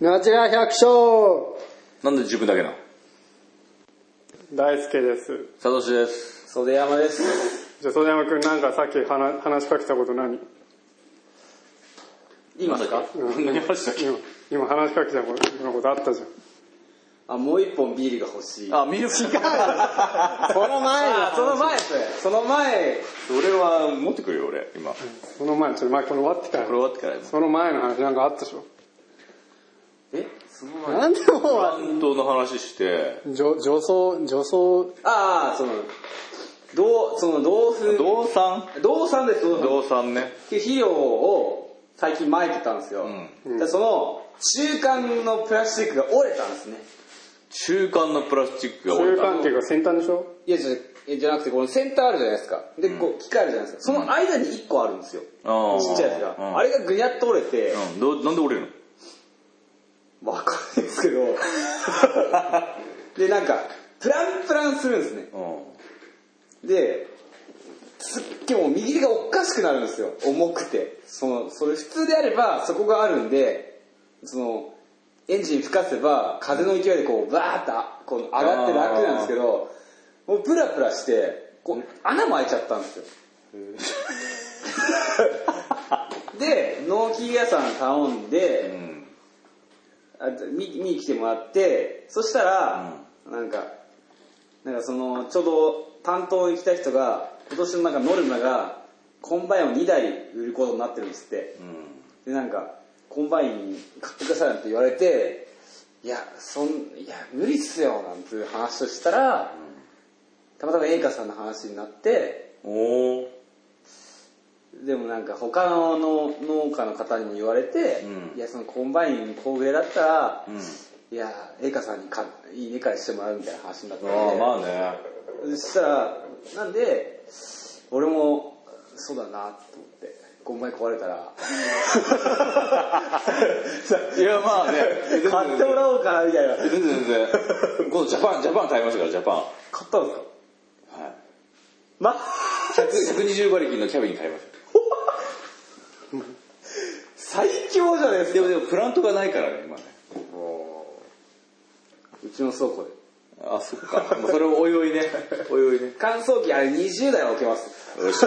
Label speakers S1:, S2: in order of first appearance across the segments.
S1: ナチュラ百姓
S2: なんで自分だけなの
S1: 大輔です。
S2: サトシです。
S3: 袖山です
S1: じゃあ、袖山くんなんかさっき話話しかけたこと何
S3: 今ですか
S2: 何話したっけ
S1: 今、今話しかけたこと今ことあったじゃん。
S3: あもう一本ビールが欲しい
S2: あ、ミルク。違う。俺
S3: その前あその前ですねその前
S2: は持ってくるよ、俺、今。こ
S1: その前の、ちょっと前これ終わってから
S2: れ。終わってからやる。
S1: その前の話なんかあったでしょ。
S3: えその前
S1: なんでも
S2: 担当の話して、
S1: う、女、女装、女装、
S3: ああその同その同封
S2: 動産
S3: 同産です同産っ
S2: 動産ね。
S3: ていう肥料を最近撒いてたんですよ、
S2: う
S3: でその中間のプラスチックが折れたんですね
S2: 中間のプラスチックが折
S1: 中
S2: れた。
S1: 間っていうか先端でしょ
S3: いやじゃえじゃなくてこのセンターあるじゃないですかでこう機械あるじゃないですかその間に1個あるんですよ、
S2: あー
S3: ちっちゃいやつが、
S2: うん
S3: あれがぐにゃっと折れて、
S2: うんどう、なんで折れるの
S3: わかんないですけ どでなんかプランプランするんですねですっげえもう右手がおかしくなるんですよ重くてそのそれ普通であればそこがあるんでそのエンジン吹かせば風の勢いでこうバーッとあこう上がって楽なんですけどもうプラプラしてこう穴も開いちゃったんですよ で納期屋さん頼んで、
S2: うん。
S3: あ見見に来てもらってそしたら、なんかなんかそのちょうど担当に来た人が今年のなんかノルマがコンバインを2台売ることになってるんですって
S2: うん。
S3: でなんかコンバイン買ってくださいなんて言われていやそんいや無理っすよなんていう話をしたら、たまたま栄華さんの話になって
S2: おー。
S3: でもなんか他の農家の方にも言われて、
S2: うん
S3: いやそのコンバイン工芸だったら、
S2: うん。
S3: いやー、エイカさんにかいいねからしてもらうみたいな話になって、
S2: ああ、まあね。
S3: そしたら、なんで、俺も、そうだなと思って、5枚壊れた ら、
S2: いや、まあね。
S3: 買ってもらおうかなみたいな。買っ
S2: 全然全 然。今度ジャパン、ジャパン買いましたから、ジャパン。は
S3: たんですか
S2: い。
S3: ま、
S2: 100 120馬力のキャビン買いました。
S3: 最強じゃないです
S2: で
S3: か。
S2: もでもプラントがないからね今ね
S3: うちの倉庫で。
S2: あそっか もうそれをおいおいねおいおいね
S3: 乾燥機あれ20台は置けます。
S2: よし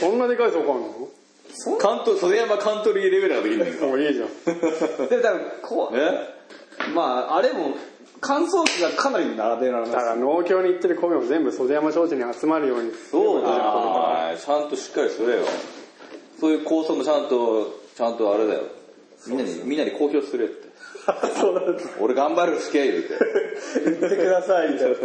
S1: そんなでかいとこあるの
S2: 関東袖山カントリーレベルができないか
S1: もういい じゃん。
S3: でも多分、こ
S2: え
S3: う、まあ、あれも、乾燥機がかなり並べられ
S1: だか
S3: ま
S1: ら農協に行ってる米も全部袖山商事に集まるように。
S2: そうだよちゃんとしっかりすれよそういう構想もちゃんとちゃんとあれだよみんなにみんなに公表するって
S3: す。そうなん です。
S2: 俺頑張るすけ言うて
S3: 言ってください、み たいな。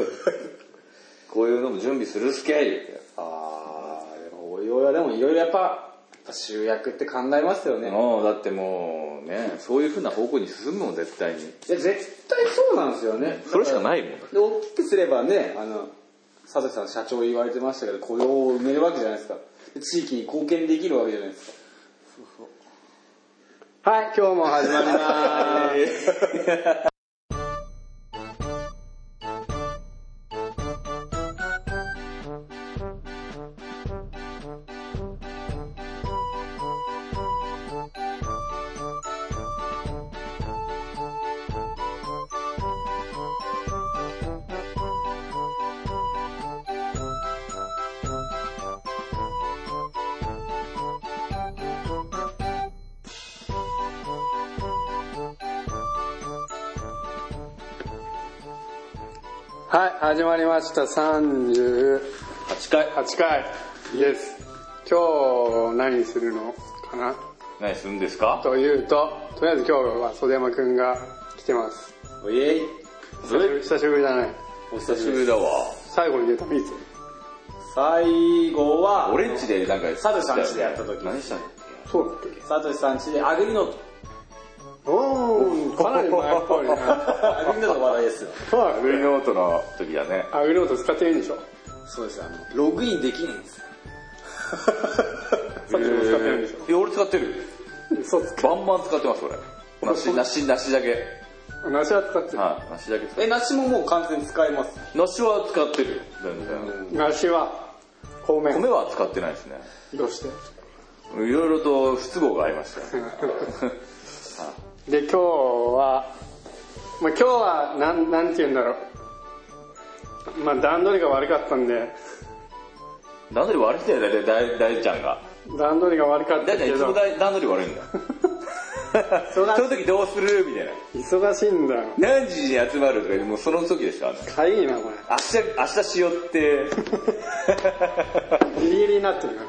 S2: こういうのも準備するすけ言うて
S3: あーでもおいおいはでもいろいろやっぱやっぱ集約って考えますよね、い
S2: もうだってもうねそういう風な方向に進むもん絶対に
S3: や絶対そうなんですよね
S2: それしか
S3: い
S2: ないもん
S3: で大きくすればねあの佐藤さん社長言われてましたけど雇用を埋めるわけじゃないですかで地域に貢献できるわけじゃないですか
S1: はい、今日 も始まります。はい、始まりました。38
S2: 8回
S1: 回です。今日何するのかな
S2: 何するんですか
S1: というと、とりあえず今日は袖山くんが来てます。
S3: おいえい
S1: 久しぶり久しぶりじゃない。
S2: お久しぶりだわ
S1: 最後に出たのいつ
S3: 最後は
S2: 俺んちでなんか
S3: サブさんちでやった時
S2: 何したの
S1: そうだっけ
S3: 佐藤さんちでアグリノ
S1: おー、かなり前っぽいね。
S3: アグリノの話題ですよ
S1: そうだ
S2: ブ
S1: ね。
S2: リノートの時だね
S1: アグリオート使っていいんでしょ
S3: そうですよあのログインできない んですよ
S1: さっきも使ってるんでしょ、
S2: いや俺使ってる
S1: 嘘つ
S2: バンバン使ってます俺梨梨梨だけ
S1: け。梨は使ってる。
S2: はい梨だけ使っ
S3: え梨ももう完全に使えます
S2: 梨は使ってるよ全然
S1: 梨は、方面。
S2: 米は使ってないですね
S1: どうして
S2: いろいろと不都合がありましたよ
S1: で今日は、まあ、今日はなんなんて言うんだろう、まあ、段取りが悪かったんで
S2: 段取り悪いんだよね、大大ちゃんが。
S1: 段取りが悪かった
S2: 大ちゃん
S1: け
S2: いつも
S1: ど
S2: 大段取り悪いんだよ。 その時どうするみたいな。
S1: 忙しいんだよ
S2: 何時に集まるとか、もうその時でしかあんの
S1: かゆいなこ
S2: 明日、明日しよって、
S1: れギリギリになってるか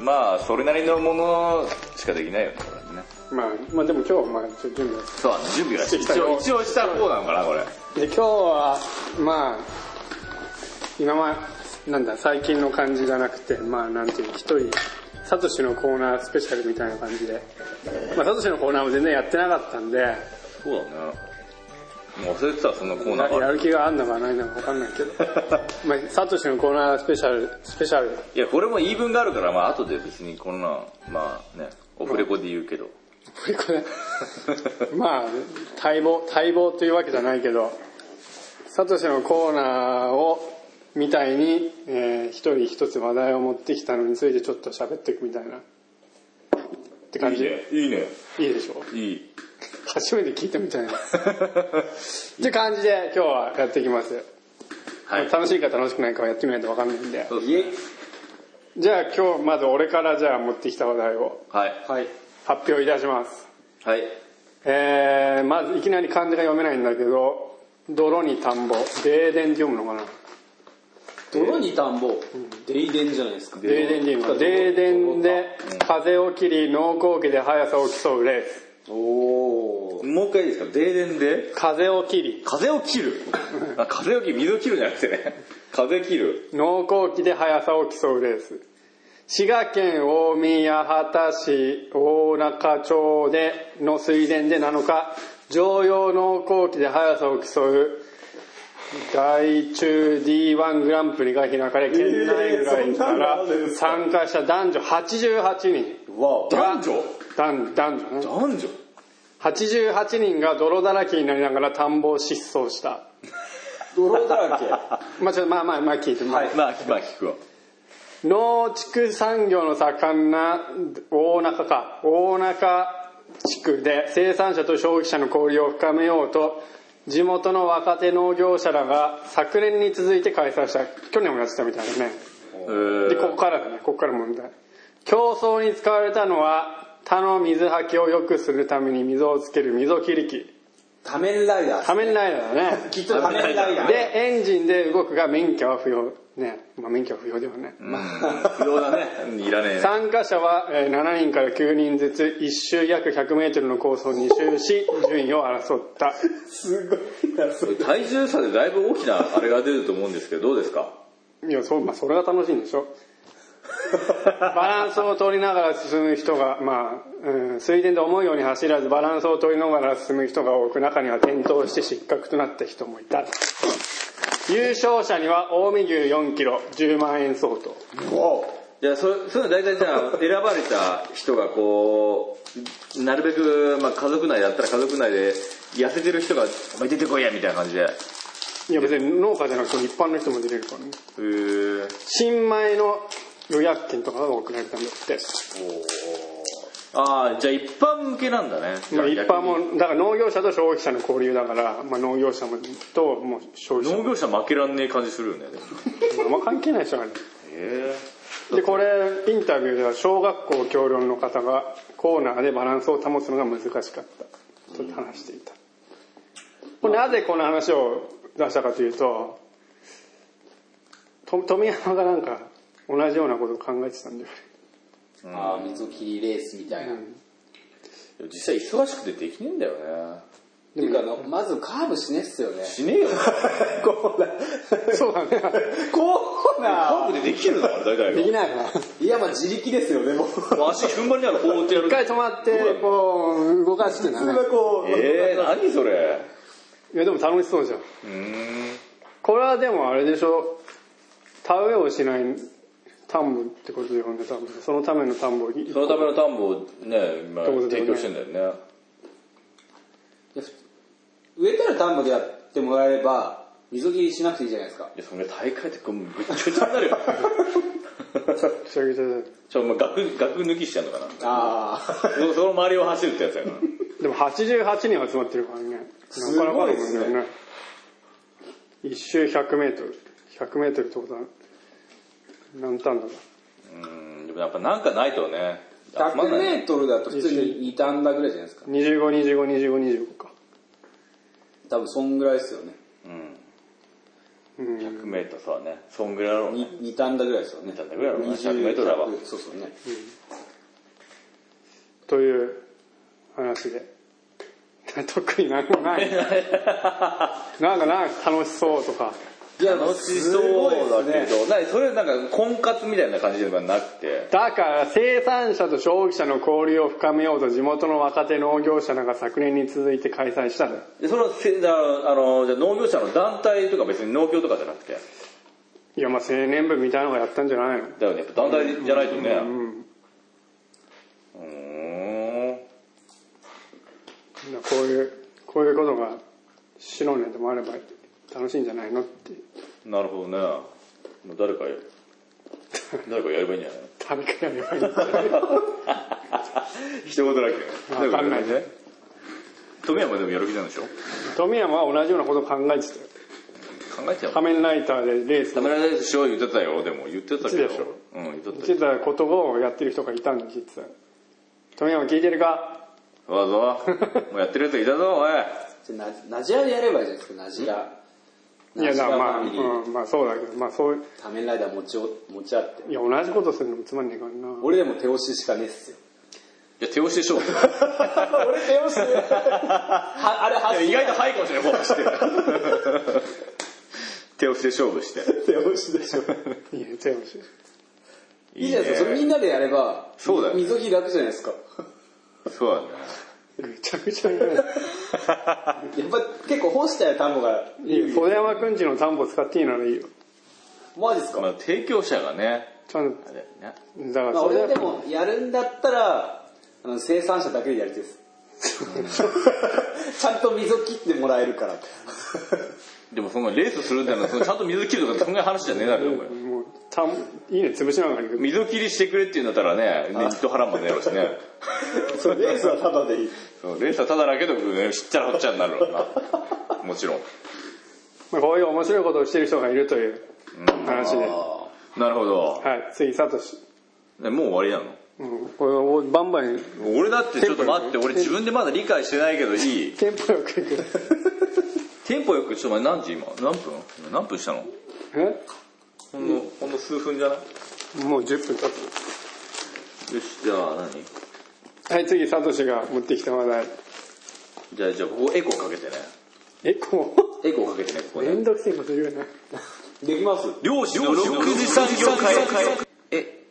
S2: まあ、それなりのものしかできないよね、これね。
S1: ら、まあ、まあでも今日はまあちょっと準備
S2: そうだね、準備が
S1: してきたよ
S2: 一応、一応した方なのかな、これ。
S1: で今日はまあ今まなんだ最近の感じじゃなくてまあなんていうの一人サトシのコーナースペシャルみたいな感じで、まあ、サトシのコーナーも全然やってなかったんで
S2: そうだね。もう忘れてた、そのコーナ
S1: や
S2: ーがあ
S1: や
S2: る。
S1: る気があんのかないのか分かんない けどまあサトシのコーナースペシャルスペシャル
S2: いや、これも言い分があるから、まあ、後で別にこんな、まあね、オフレコで言うけど。
S1: これこれまあ待望待望というわけじゃないけどサトシのコーナーをみたいに、えー一人一つ話題を持ってきたのについてちょっと喋っていくみたいなって感じいい,、
S2: いいね。
S1: でしょ
S2: いい。
S1: 初めて聞いたみ たいなって感じで今日はやっていきます、
S2: はい。
S1: 楽しいか楽しくないかはやってみないと分かんないんで
S2: そうですね
S1: じゃあ今日まず俺からじゃあ持ってきた話題を
S2: はい。
S3: はい。
S1: 発表いたします
S2: はい。
S1: えー、まずいきなり漢字が読めないんだけど泥に田んぼ泥田って読むのかな
S3: 泥に田んぼ、デイデンじゃないですか。
S1: 泥田で泥田で風を切り農耕機で速さを競うレース
S3: おー。
S2: もう一回いいですか停電で
S1: 風を切り
S2: 風を切る。 あ風を切る、水を切るじゃなくてね。 風切る。
S1: 農耕機で速さを競うレース滋賀県近江八幡市大中町での水田で7日常用農耕機で速さを競う外中 D1 グランプリが開かれ県内外から参加した男女88人
S2: わ男女
S1: 男男女ね
S2: 男女
S1: 88人が泥だらけになりながら田んぼを疾走した
S3: 泥だらけ。
S1: まあちょっとまあまあまあ聞いてもらう
S2: まあ、まあ聞くわ。
S1: 農畜産業の盛んな大中か大中地区で生産者と消費者の交流を深めようと地元の若手農業者らが昨年に続いて開催した去年もやってたみたいなね
S2: え
S1: で ここからだねここから問題競争に使われたのは他の水はけを良くするために水をつける溝切り機
S3: 仮面ライダー。
S1: 仮面ライダーだね
S3: きっと仮面ライダー。
S1: で、エンジンで動くが免許は不要。ね。まあ免許は不要ではない。
S2: 不要だね。いらねえね。
S1: 参加者はえー7人から9人ずつ1周約100メートルのコースを2周し、順位を争った。
S3: すごいな、それ。
S2: 体重差でだいぶ大きなあれが出ると思うんですけど、どうですか
S1: いや、そう、まあそれが楽しいんでし ょ。バランスを取りながら進む人が、まあ、うん、水田で思うように走らずバランスを取りながら進む人が多く、中には転倒して失格となった人もいた。優勝者には近江牛4キロ、10万円相当。
S3: お
S2: いや、そそういうの大体じゃあ、選ばれた人がこう、なるべく、まあ家族内だったら家族内で、痩せてる人が、お前出てこいやみたいな感じで。へ
S1: いや別に農家じゃなくても一般の人も出れるからね。
S2: ー。
S1: 新米の予約券とかが送られたんだって。
S2: ああ、じゃあ一般向けなんだね。
S1: まあ、一般
S2: 逆に。
S1: も、だから農業者と消費者の交流だから、まあ、農業者もともう消費者
S2: 農業者負けらんねえ感じするよね。
S1: も、まあ、関係ない人がね。
S2: へ
S1: で、これ、インタビューでは小学校教論の方がコーナーでバランスを保つのが難しかったと話していた。これなぜこの話を出したかというと、と富山がなんか同じようなことを考えてたん だよね。
S3: あー、水切りレースみたいな。
S2: え。実際忙しくてできねえんだよね。
S3: ていうかあの、まずカーブしねえっすよ ね。
S2: し ねえよ。
S3: コーナー。
S1: そう だね。
S3: コー
S2: カ
S3: ナ
S2: ーブでできるのかな、大体
S1: で
S2: が。
S1: きないかな。
S3: ー。いや、まあ自力ですよね、もう。普
S2: もう足踏ん張りながらこうやってやる
S1: 一。回止まって、こう、動かしてな
S3: 通はこう、
S2: えー、何それ。
S1: いや、でも楽しそうじゃん。
S2: うーん。
S1: これはでもあれでしょ、田植えをしない田んぼってことでよね、多分。そのための田んぼに。
S2: そのための田んぼをね、今
S1: どうぞどうぞ
S2: 提供してんだよね。
S3: いやふ植えたら田んぼでやってもらえれば、溝切りしなくていいじゃないですか。
S2: いや、それ大会ってこうぐっちゃぐちゃになる よ。
S1: ぐちゃぐちゃで
S2: ちょ、もう額、額抜きしちゃうのかな。
S3: ああ。
S2: そその周りを走るってやつやから。
S1: でも88人集まってるからね
S3: すごいですね
S1: なかなかだもん一周 100m100m ってことは何ターンだろう
S2: うんでもやっぱなんかないとね集まんない
S3: 100m だと普通に2段だぐらいじゃないですか
S1: 25252525か
S3: 多分そんぐらいですよね
S2: うん
S1: うん
S2: 100メートルそうだねそんぐらいだろうね
S3: 2, 2段だぐらいですよね
S2: 二段だぐらいだろうな
S3: 20
S2: 100m だわ
S3: そうそうね
S1: という話で 特に何もない なんかなんか楽しそうとか
S3: いや
S2: 楽しそうだけ
S3: すごいですね
S2: どなにそれなんか婚活みたいな感じではなくて
S1: だから生産者と消費者の交流を深めようと地元の若手農業者らが昨年に続いて開催したの
S2: でそのせだあのじゃあ農業者の団体とか別に農協とかじゃなくて
S1: いやまあ青年部みたいなのがやったんじゃないの
S2: だよねやっぱ団体じゃないとね
S1: うん
S2: うーん
S1: みんなこういうこういうことが白年でもあれば楽しいんじゃないのって
S2: なるほどねもう誰かや誰かやればいいんじゃ な
S1: 誰
S2: い
S1: かやればいいんだよ
S2: 一言だけ
S1: わかんないね
S2: 富山でもやる気なんでしょ
S1: 富山は同じようなこと考えてたよ
S2: 考えちゃう
S1: 仮面ライターでレース
S2: 食べられないでしょ言ってたよでも言ってたけ
S1: 言
S2: ど
S1: ってたでしょ
S2: うん言って
S1: し
S2: た
S1: てたことをやってる人がいたんで聞いてた富山聞いてるか
S2: そうだぞもうやってるやついたぞおい
S3: じゃあナナジアでやればいいじゃないですかナジア
S1: いや
S3: ナジ
S1: だ
S3: ア
S1: からまあ、
S3: ファミリー
S1: うん、まあそうだけどまあそういう
S3: 仮面ライダー持ちお持ち合って
S1: いや同じことするのもつまんねえからな
S3: 俺でも手押ししかねえっすよ
S2: いや手押しでし ょ
S3: 俺手押しあれ
S2: いや
S3: 発
S2: 意外と早いかもしれないフォローし て手押しで勝負して
S3: 手押しでしょ
S1: いや手押し
S3: いいじゃないですかそれみん
S2: な
S3: なでやれば
S2: そうだよね
S3: 溝開くじゃないですか
S2: そうだね
S1: ぐちゃぐちゃになる
S3: やっぱ結構干したや単語が
S1: いいよ袖山くんちの田んぼ使っていいならいいよ
S3: マジですか、
S2: まあ提供者がね
S1: ちゃん
S2: あ
S1: と
S2: れね
S1: だから
S3: まあ、
S1: それ
S3: 俺でもやるんだったらあの生産者だけでやりたいですちゃんと溝切ってもらえるから
S2: でもそのレースするんだ ったらそのちゃんと水切るとかそんな話じゃねえだろお前
S1: もう田んいいね潰しながら行く
S2: 溝切りしてくれって言うんだったらねネット払うもんねやろうしね
S3: そうレースはただでいい
S2: そうレースはただだけどねしっちゃらほっちゃらになるわなもちろん
S1: まあこういう面白いことをしてる人がいるという話で、は
S2: なるほど
S1: い次サトシ、
S2: ねもう終わりなの
S1: うん、これバンバン
S2: 俺だってちょっと待って俺自分でまだ理解してないけどいい
S1: テンポよくい く
S2: テンポよくちょっと待って何時今何分今何分したの
S1: え
S2: ほんのほんの数分じゃない
S1: もう10分経つ
S2: よしじゃあ何
S1: はい次サトシが持ってきた話題
S2: じゃあじゃあここエコーかけてね
S1: えこ
S2: エコーかけてねここ
S1: う
S2: ね
S1: めんどくせえこと言うな
S3: できます
S2: 漁師の六次産業会え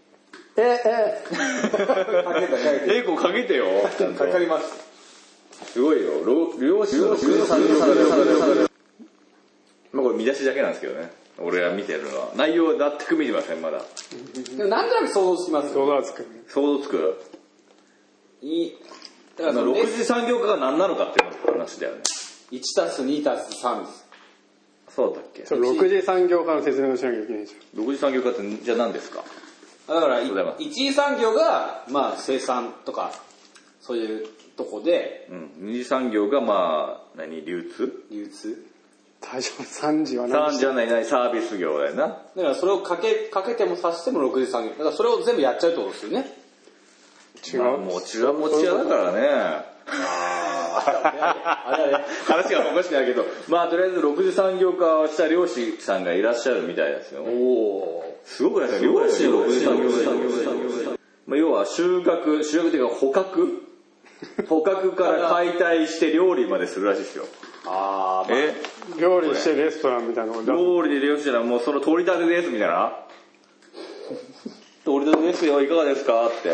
S1: ええ
S3: かけたかけ
S2: エコーかけてよちゃん
S3: たかか
S2: と
S3: ります
S2: すごいよろ漁師の六次産業会まあこれ見出しだけなんですけどね俺が見てるのは内容は全く見てませんまだ
S3: でもなんとなく想像します
S1: ドガーツくん
S2: 想像つく
S3: いいだ
S2: あ
S3: からそ
S2: の
S3: の
S2: 六次産業化が何なのかっていう話だよね
S3: 1たす2たす3です
S2: そうだっけ
S1: それ6次産業化の説明をしなきゃいけないじ
S2: 六次産業化ってじゃあ何ですか
S3: だから
S2: りがとうございます
S3: 1次産業が、まあ、生産とかそういうとこで
S2: うん二次産業がまあ何流通
S3: 流通
S1: ゃん大丈夫3次は何
S2: 三
S1: して
S2: じゃないないサービス業だよな
S3: だからそれをかけかけてもさしても6次産業だからそれを全部やっちゃうってことですよね
S1: 違う
S2: まあ餅は餅屋だからね
S3: あれあれ
S2: 話がおかしくないけどまあとりあえず六次産業化をした漁師さんがいらっしゃるみたいですよ
S3: おお
S2: すごくないですか漁師の六次産業化まあ要は収穫収穫というか捕獲捕獲から解体して料理までするらしいですよ
S3: あー、まあ
S2: え
S1: 料理してレストランみたいなことだ
S2: 料理で漁師ならもうその取り立てですみたいな取り立てですよいかがですかって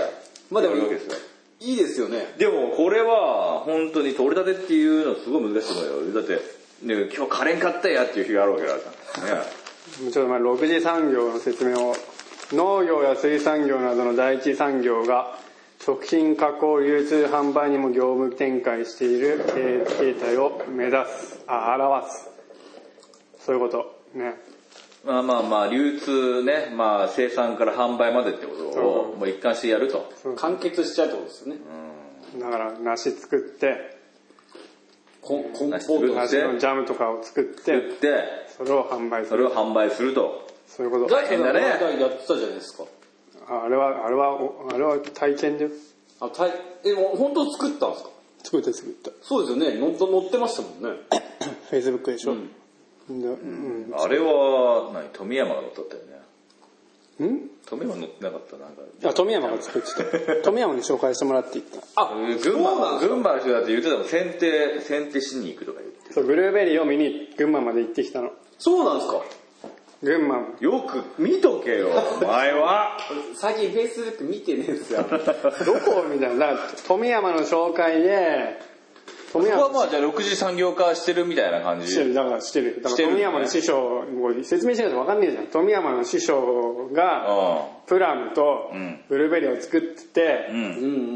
S3: まあでも
S2: やるわけですよ
S3: いいですよね
S2: でもこれは本当に取り立てっていうのはすごい難しいと思うよだって、ね、今日カレン買ったやっていう日があるわけだから、ね、
S1: もうちょっと前6次産業の説明を農業や水産業などの第一次産業が食品加工流通販売にも業務展開している経営形態を目指すあ表すそういうことね
S2: まあまあまあ流通ね、まあ、生産から販売までってことをもう一貫してやると
S3: 完結しちゃうってことですよね
S1: だから梨作って
S3: コンコンポ
S2: 梨作る
S3: ート
S1: 梨のジャムとかを作って
S2: で
S1: それを販売す
S2: それ
S1: る
S2: を販売すると
S1: そういうこと
S2: 大変だね
S3: やってたじゃないですか
S1: あれはあれはおあれは体験だよ
S3: あたいえもう本当作ったんですか
S1: 作って作った
S3: そうですよねの載ってましたもんね
S1: フェイスブックでしょ、
S3: ん
S1: でうん
S2: あれは何富山が乗っ取ったよね
S1: うん
S2: 富山乗ってなかったなんか
S1: あ富山が作ってた富山に紹介してもらって行った
S3: あ
S2: 群馬群馬の人だって言ってたもん剪定剪定しに行くとか言って
S1: そうブルーベリーを見に群馬まで行ってきたの
S3: そうなんですか
S1: 群馬
S2: よく見とけ よお前は
S3: 最近フェイスブック見てねえんですよ
S1: どこみたいなだから富山の紹介で富
S2: ここは
S1: 山
S2: まあじゃあ6次産業化してるみたいな感
S1: して
S2: じ
S1: るだからしてるだか
S2: し
S1: ら
S2: てる
S1: 富山の師匠もう説明しないと分かんねえじゃん富山の師匠が
S2: う
S1: プラムと
S2: うん
S1: ブルーベリーを作ってて、
S2: んう
S3: うんん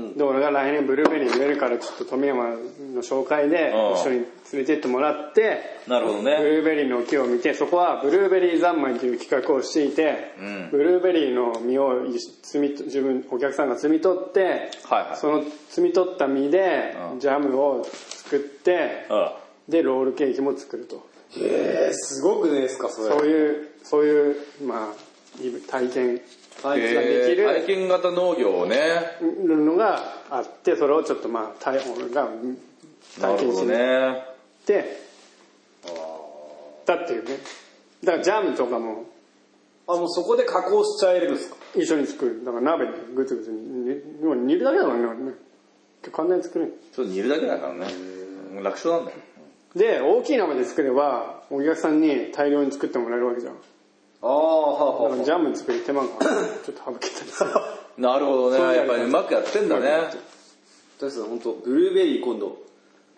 S3: うん
S1: で俺が来年ブルーベリー植えるからちょっと富山の紹介で
S2: うん
S1: 一緒に連れてってもらって
S2: なるほど
S1: ブ
S2: ね
S1: ルーベリーの木を見てそこはブルーベリー三昧という企画をしていて、
S2: うん
S1: ブルーベリーの実を摘み自分お客さんが摘み取って、
S2: はいはい
S1: その摘み取った実で
S2: うん
S1: ジャムを作って
S2: うん
S1: でロールケーキも作ると
S3: へえすごくねえですかそれ
S1: そういうそういうまあいぶ体験
S3: 最近は
S2: え
S3: でき
S2: ー
S3: る
S2: 体験型農業をね
S1: のがあってそれをちょっとまあ体俺が
S2: な
S1: 体
S2: る
S1: 験
S2: ほ
S1: し
S2: ど
S1: に行っ
S2: ね
S1: て、だっていうねだからジャムとかも
S3: あもうそこで加工しちゃえるんですか
S1: 一緒に作るだから鍋でグツグツ煮もう煮るだけだもんね俺ね簡単に作れる
S2: ちょっと煮るだけだからねうん楽勝なんだよ
S1: で大きい鍋で作ればお客さんに大量に作ってもらえるわけじゃん
S3: ああ
S1: だ
S3: は
S1: からジャム作る手 間がちょっと省けたりする
S2: なるほど
S1: そうい
S2: ね
S1: うや
S2: やっ
S1: り
S2: ぱ
S1: 方
S2: りうまくやってんだね
S3: 確かに本当ブルーベリー今度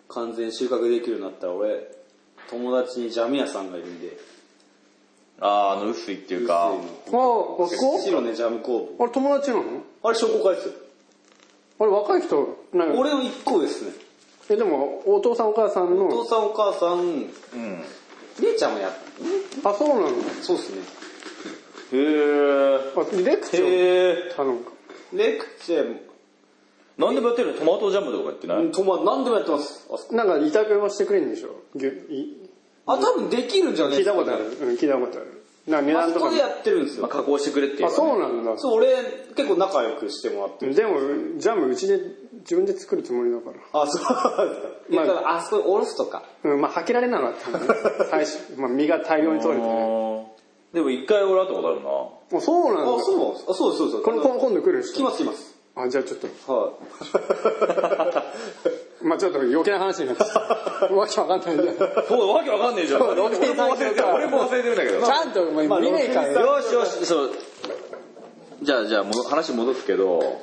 S3: 完全収穫できるようになったら俺友達にジャム屋さんがいるんで
S2: あーあの薄いっていうか
S1: あここ
S3: 白ねジャム工
S1: あれ友達なの
S3: 房あれ商工会ですよ
S1: あれ若い人なんか
S3: 俺の一個ですね
S1: えでもお父さんお母さん
S3: お父
S1: の
S3: さんお母さん
S2: うんへ
S3: 姉ちゃんもやっ
S1: あそうなの
S3: そうですね
S2: え
S1: あレクチャー
S3: へえ
S1: 頼むか
S3: レクチェも
S2: 何でもやってるのトマトジャムとかやってない、
S3: うんとま何でもやってますあそこ
S1: なんか委託はしてくれるんでしょぎゅい
S3: あ多分できるんじゃない
S1: 聞
S3: で
S1: い
S3: す
S1: た
S3: か、
S1: ことあるうん聞いたことあるなんか値
S3: あ
S1: 段
S3: そ
S1: と
S3: こ
S1: か
S3: で
S1: も
S3: やってるんです
S2: ま
S3: よ
S2: あ、加工してくれっていう
S1: あ
S2: か
S1: そうなんだ
S3: そう俺結構仲良くしてもらって
S1: でもジャムうちで自分で作るつもりだから
S3: あそうなんですか いや
S1: ま
S3: 多分あそこにおろすとか
S1: うん、まあ、はけられないのは多分ね、最初、まあ、身が大量に取れてね。
S2: でも一回俺会ったことあるな
S1: あ、そうな
S3: あ
S1: んだ。
S3: そうなんですあそうですそうです
S1: これ、こん今度来る
S3: 来
S1: 人。
S3: ます来ます
S1: あ、じゃあちょっと、
S3: はい
S1: まあ、ちょっと余計な話になっち ゃう。わけわかんないじゃん。ち
S2: そうわけわかんねえじゃん
S1: そう
S2: 俺も忘れてる俺も忘れてるんだけどよ
S1: ゃんと、まあ、見ねえからよ。
S2: しよしそうじゃあじゃあもど話戻すけど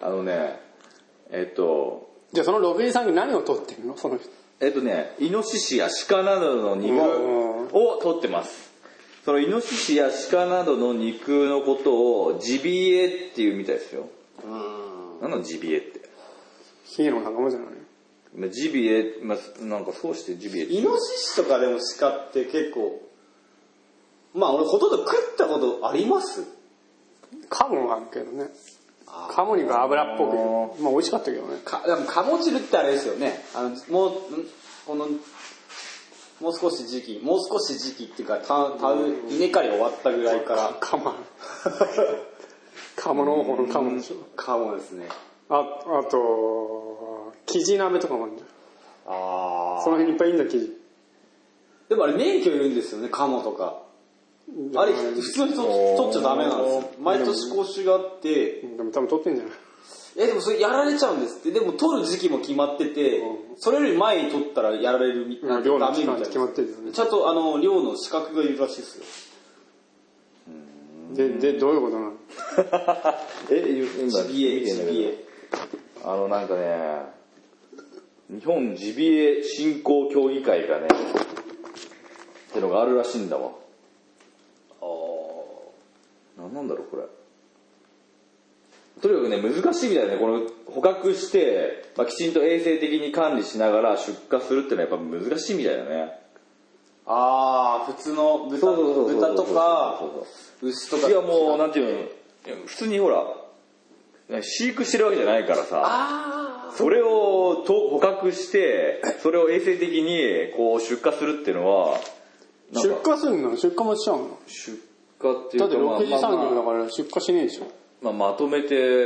S2: あのねえっと
S1: じゃあその六時産業何を取ってるのその人。
S2: えっとねイノシシや鹿などの肉
S1: うん
S2: を取ってますそのイノシシや鹿などの肉のことをジビエっていうみたいですよ何なのジビエって
S1: ヒーローの仲間じゃない
S2: まあジビエ、まあ、なんかそうしてジビエって
S3: イノシシとかでも鹿って結構まあ俺ほとんど食ったことあります
S1: カモはあるけどね。
S3: あ
S1: カモ肉は油っぽく。まあ、美味しかったけどね。
S3: かでもカモ汁ってあれですよねあのもうんこのもう少し時期もう少し時期っていうかたた稲刈り終わったぐらいから
S1: カモ。カモ農法のカモでしょ。
S3: カモですね
S1: あ、あと、キジ鍋とかもあるんだよ。
S3: あ
S1: その辺にいっぱいいんだ、キジ。
S3: でもあれ免許いるんですよねカモとかあれ普通に取取っちゃダメなんですよ毎年講習があって
S1: でも多分取ってんじゃない
S3: えでもそれやられちゃうんですってでも取る時期も決まってて、
S1: う
S3: それより前に取ったらやられるみ
S1: う
S3: た
S1: ん
S3: いな
S1: 量の
S3: ダメみ
S1: 期
S3: た
S1: 間
S3: い
S1: っ
S3: な
S1: て決まってるよね
S3: ちゃんとあの量の資格がいるらしいですよ
S1: ででどういうことなの
S2: え言ってんだ
S3: ジビエジビエ
S2: あのなんかね日本ジビエ振興協議会がねってのがあるらしいんだわああんなんだろうこれとにかくね難しいみたいねこの捕獲して、まあ、きちんと衛生的に管理しながら出荷するってのはやっぱ難しいみたいだね
S3: ああ普通の豚
S2: そうそうそうそう
S3: 豚とか
S2: そうそう
S3: 牛とか
S2: いやもうなんていうの普通にほら飼育してるわけじゃないからさ
S3: あ
S2: それをと捕獲してそれを衛生的にこう出荷するっていうのはなん
S1: 出
S2: か
S1: 荷すんの出荷もしちゃうの
S2: 出荷っていう
S1: だ
S2: か
S1: って6時
S2: まあまあまあ
S1: 産業だから出荷しねえでしょ
S2: まあ、まとめてい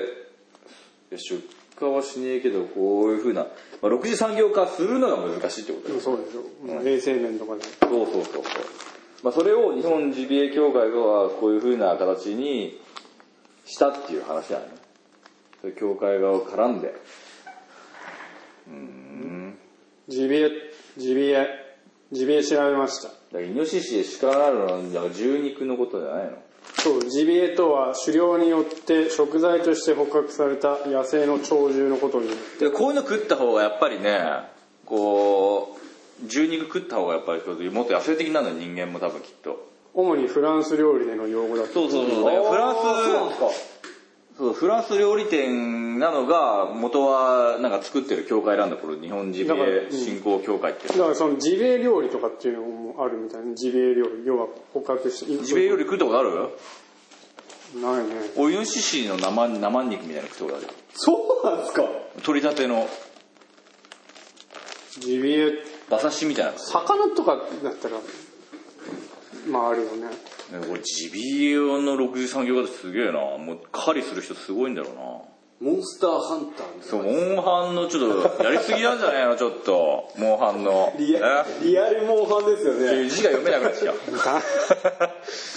S2: や出荷はしねえけどこういうふうな、まあ、6次産業化するのが難しいってことだよ、
S1: そうでしょ衛生面とかで
S2: そうそうそうそう、まあ、それを日本ジビエ協会がこういうふうな形にしたっていう話だよねそれ協会側を絡んで
S1: ジビエジビエジビエ調べました
S2: だからイノシシで鹿があるのはだから牛肉のことじゃないの
S1: そうジビエとは狩猟によって食材として捕獲された野生の鳥獣のことを言う
S2: でこういうの食った方がやっぱりねこう牛肉食った方がやっぱりもっと野生的なのよ人間も多分きっと
S1: 主にフランス料理での用語だと
S2: そうそうそうだからフランス
S3: そうなんですか
S2: そうフランス料理店なのが元はなんか作ってる協会なんだこれ日本ジビ
S1: だから
S2: エ
S1: うん
S2: 振興協会って
S1: だからそのジビエ料理とかっていうのもあるみたいなジビエ料理要は捕獲して
S2: ジビエ料理食ったことある
S1: ないね
S2: おイノシシの生生肉みたいなの食ったことある
S3: そうなんですか
S2: 取り立ての
S1: ジビエ
S2: 馬刺しみたいなの
S1: 魚とかだったらまああるよね
S2: ねこれジビエの63行だってすげえなもう狩りする人すごいんだろうな
S3: モンスターハンターみたい
S2: そうモンハンのちょっとやりすぎなんじゃないのちょっとモンハンの
S3: リア
S2: え
S3: リアルモンハンですよね
S2: 字が読めなくなっちゃう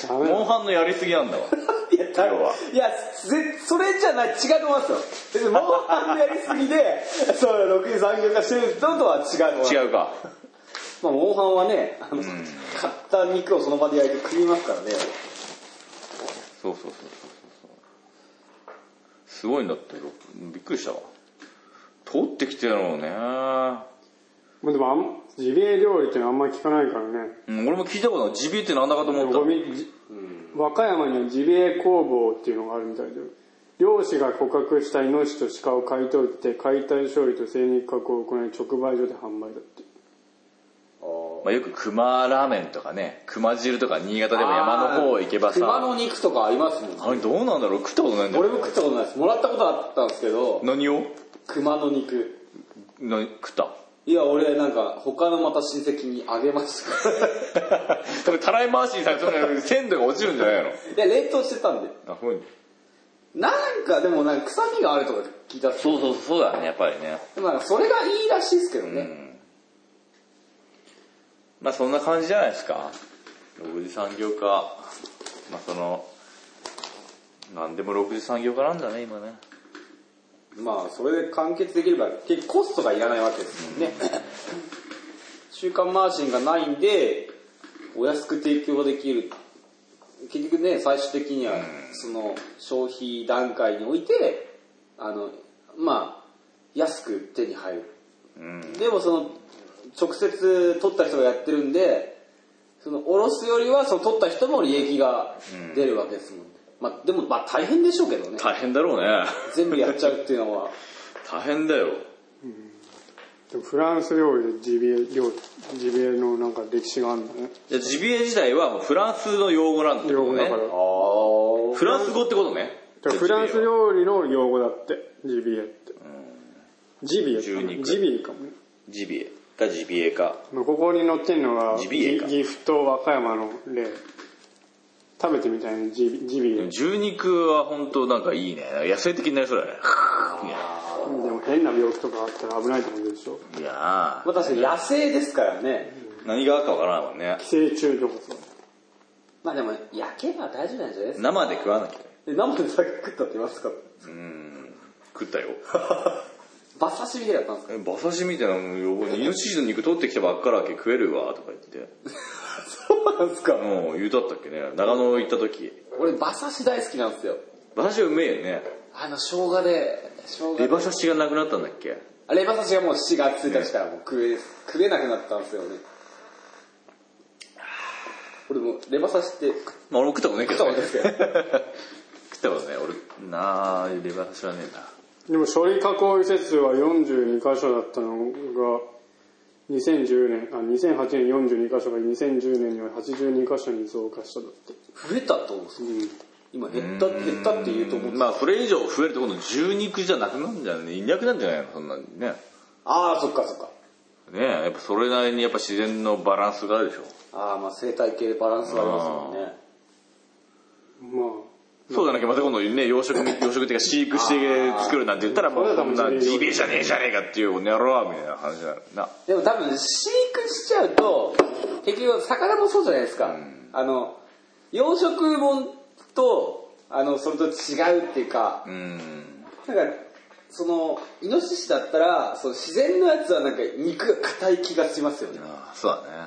S1: ダメ
S2: モンハンのやりすぎなんだわ
S3: いや、た
S2: 要はい
S3: やぜそれじゃない、違うと思いますよ。別に、モンハンのやりすぎで、そう、6位残業化してる人とは違うと思います。
S2: 違うか
S3: まあ、モンハンはね、あの、買った肉をその場で焼いて食いますからね。
S2: そうそうそうそうそうすごいんだってろびっくりしたわ通ってきてるのね、
S1: まあでもあんジビエ料理ってのはあんまり聞かないからね
S2: うん、俺も聞いたことないジビエってなんだかと思
S1: ゴ
S2: っ
S1: ミじ和歌山にはジビエ工房っていうのがあるみたいで漁師が捕獲したイノシシと鹿を買い取って解体処理と精肉加工を行い直売所で販売だって
S2: た、まあ、よく熊ラーメンとかね熊汁とか新潟でも山の方行けば
S3: 熊
S2: さ
S3: の肉とかありますもん、
S2: あれどうなんだろう食ったことないんだよ
S3: 俺も食ったことないです。もらったことあったんですけど、
S2: 何を
S3: 熊の肉。
S2: 何食った
S3: いや、俺なんか、他のまた親戚にあげました。
S2: 多分たらい回しにされてるのに鮮度が落ちるんじゃないの
S3: いや、冷凍してたんで。
S2: あそう
S3: なんか、でもなんか臭みがあるとか聞いたっす
S2: そうそうそうだねやっぱりね
S3: でもなんか、それがいいらしいですけどね。
S2: まあそんな感じじゃないですか6次産業化まあそのなんでも6次産業化なんだね今ね
S3: まあそれで完結できれば結構コストがいらないわけですもんね 週間マージンがないんでお安く提供できる結局ね最終的にはその消費段階においてあのまあ安く手に入る
S2: うん
S3: でもその直接取った人がやってるんでその卸すよりはその取った人も利益が出るわけですもん、まあでもまあ大変でしょうけどね
S2: 大変だろうね
S3: 全部やっちゃうっていうのは
S2: 大変だよ
S1: でもフランス料理でジビエ料理ジビエのなんか歴史があるんだね
S2: じゃあジビエ自体はもうフランスの用語なんだけ
S1: 用
S2: ど
S1: 語
S2: ね
S1: だからだか
S3: あ
S2: フランス語ってことね
S1: らフランス料理の用語だってジビエってジビエか
S2: 牛
S1: も
S2: 肉
S1: ジビエかもね
S2: ジビエかジビエか
S1: まあここに載ってるのが
S2: ジビエか
S1: ぎ岐阜と和歌山の例食べてみたいなジビジビエで
S2: 牛肉は本当なんかいいね野生的になりそうだね
S1: も変な病気とかあったら危ないと思うでしょ
S2: いやー
S3: まあ確かに野生ですからね。
S2: 何があるかわからないもんね
S1: 寄生虫とかさ
S3: まあでも、焼けば大丈夫なんじゃないですか。
S2: 生で食わなきゃ
S3: え生で酒食ったって言いますか
S2: うん食ったよ
S3: 馬刺しみたいだったんですか
S2: え馬刺しみたいなのよイノシシの肉取ってきたばっかだけ食えるわとか言って
S3: そうなんですか
S2: もう言うたったっけね長野行った時
S3: 俺馬刺し大好きなんですよ。
S2: 馬刺しはうめえよね
S3: あの、生姜で、生姜
S2: で
S3: で。
S2: 馬刺しがなくなったんだっけ
S3: あれ、馬刺しがもう7月1日からもう食え、食えなくなったんですよね。俺も、レバ刺しって、
S2: まあ俺も食ったことないけど、ね、
S3: 食ったこと
S2: 食ったことない俺なあレバ刺しはねえな
S1: でも処理加工施設は42箇所だったのが2010年あ2008年42箇所が2010年には82箇所に増加しただって
S3: 増えたと思うんですよ。今減った減ったって言うと思って
S2: まあそれ以上増えると今度十肉じゃなくなるんじゃないのいなくなるんじゃないのそんなんね
S3: ああそっかそっか
S2: ねえやっぱそれなりにやっぱ自然のバランスがあるでしょ
S3: ああまあ生態系でバランスがありますもんね
S1: ま
S2: そうじゃなきゃまた今度ね養殖に養殖っていうか飼育して作るなんて言ったらもう
S1: そ
S2: そ
S1: れ
S2: ん
S1: だ
S2: な
S1: もん
S2: ジビエじゃねえじゃねえかっていうねやろうみたいな話だな
S3: でも多分飼育しちゃうと結局魚もそうじゃないですか、あの養殖もんとあのそれと違うっていうか
S2: う、ん
S3: なんかそのイノシシだったらその自然のやつはなんか肉が硬い気がしますよね
S2: ああそうだ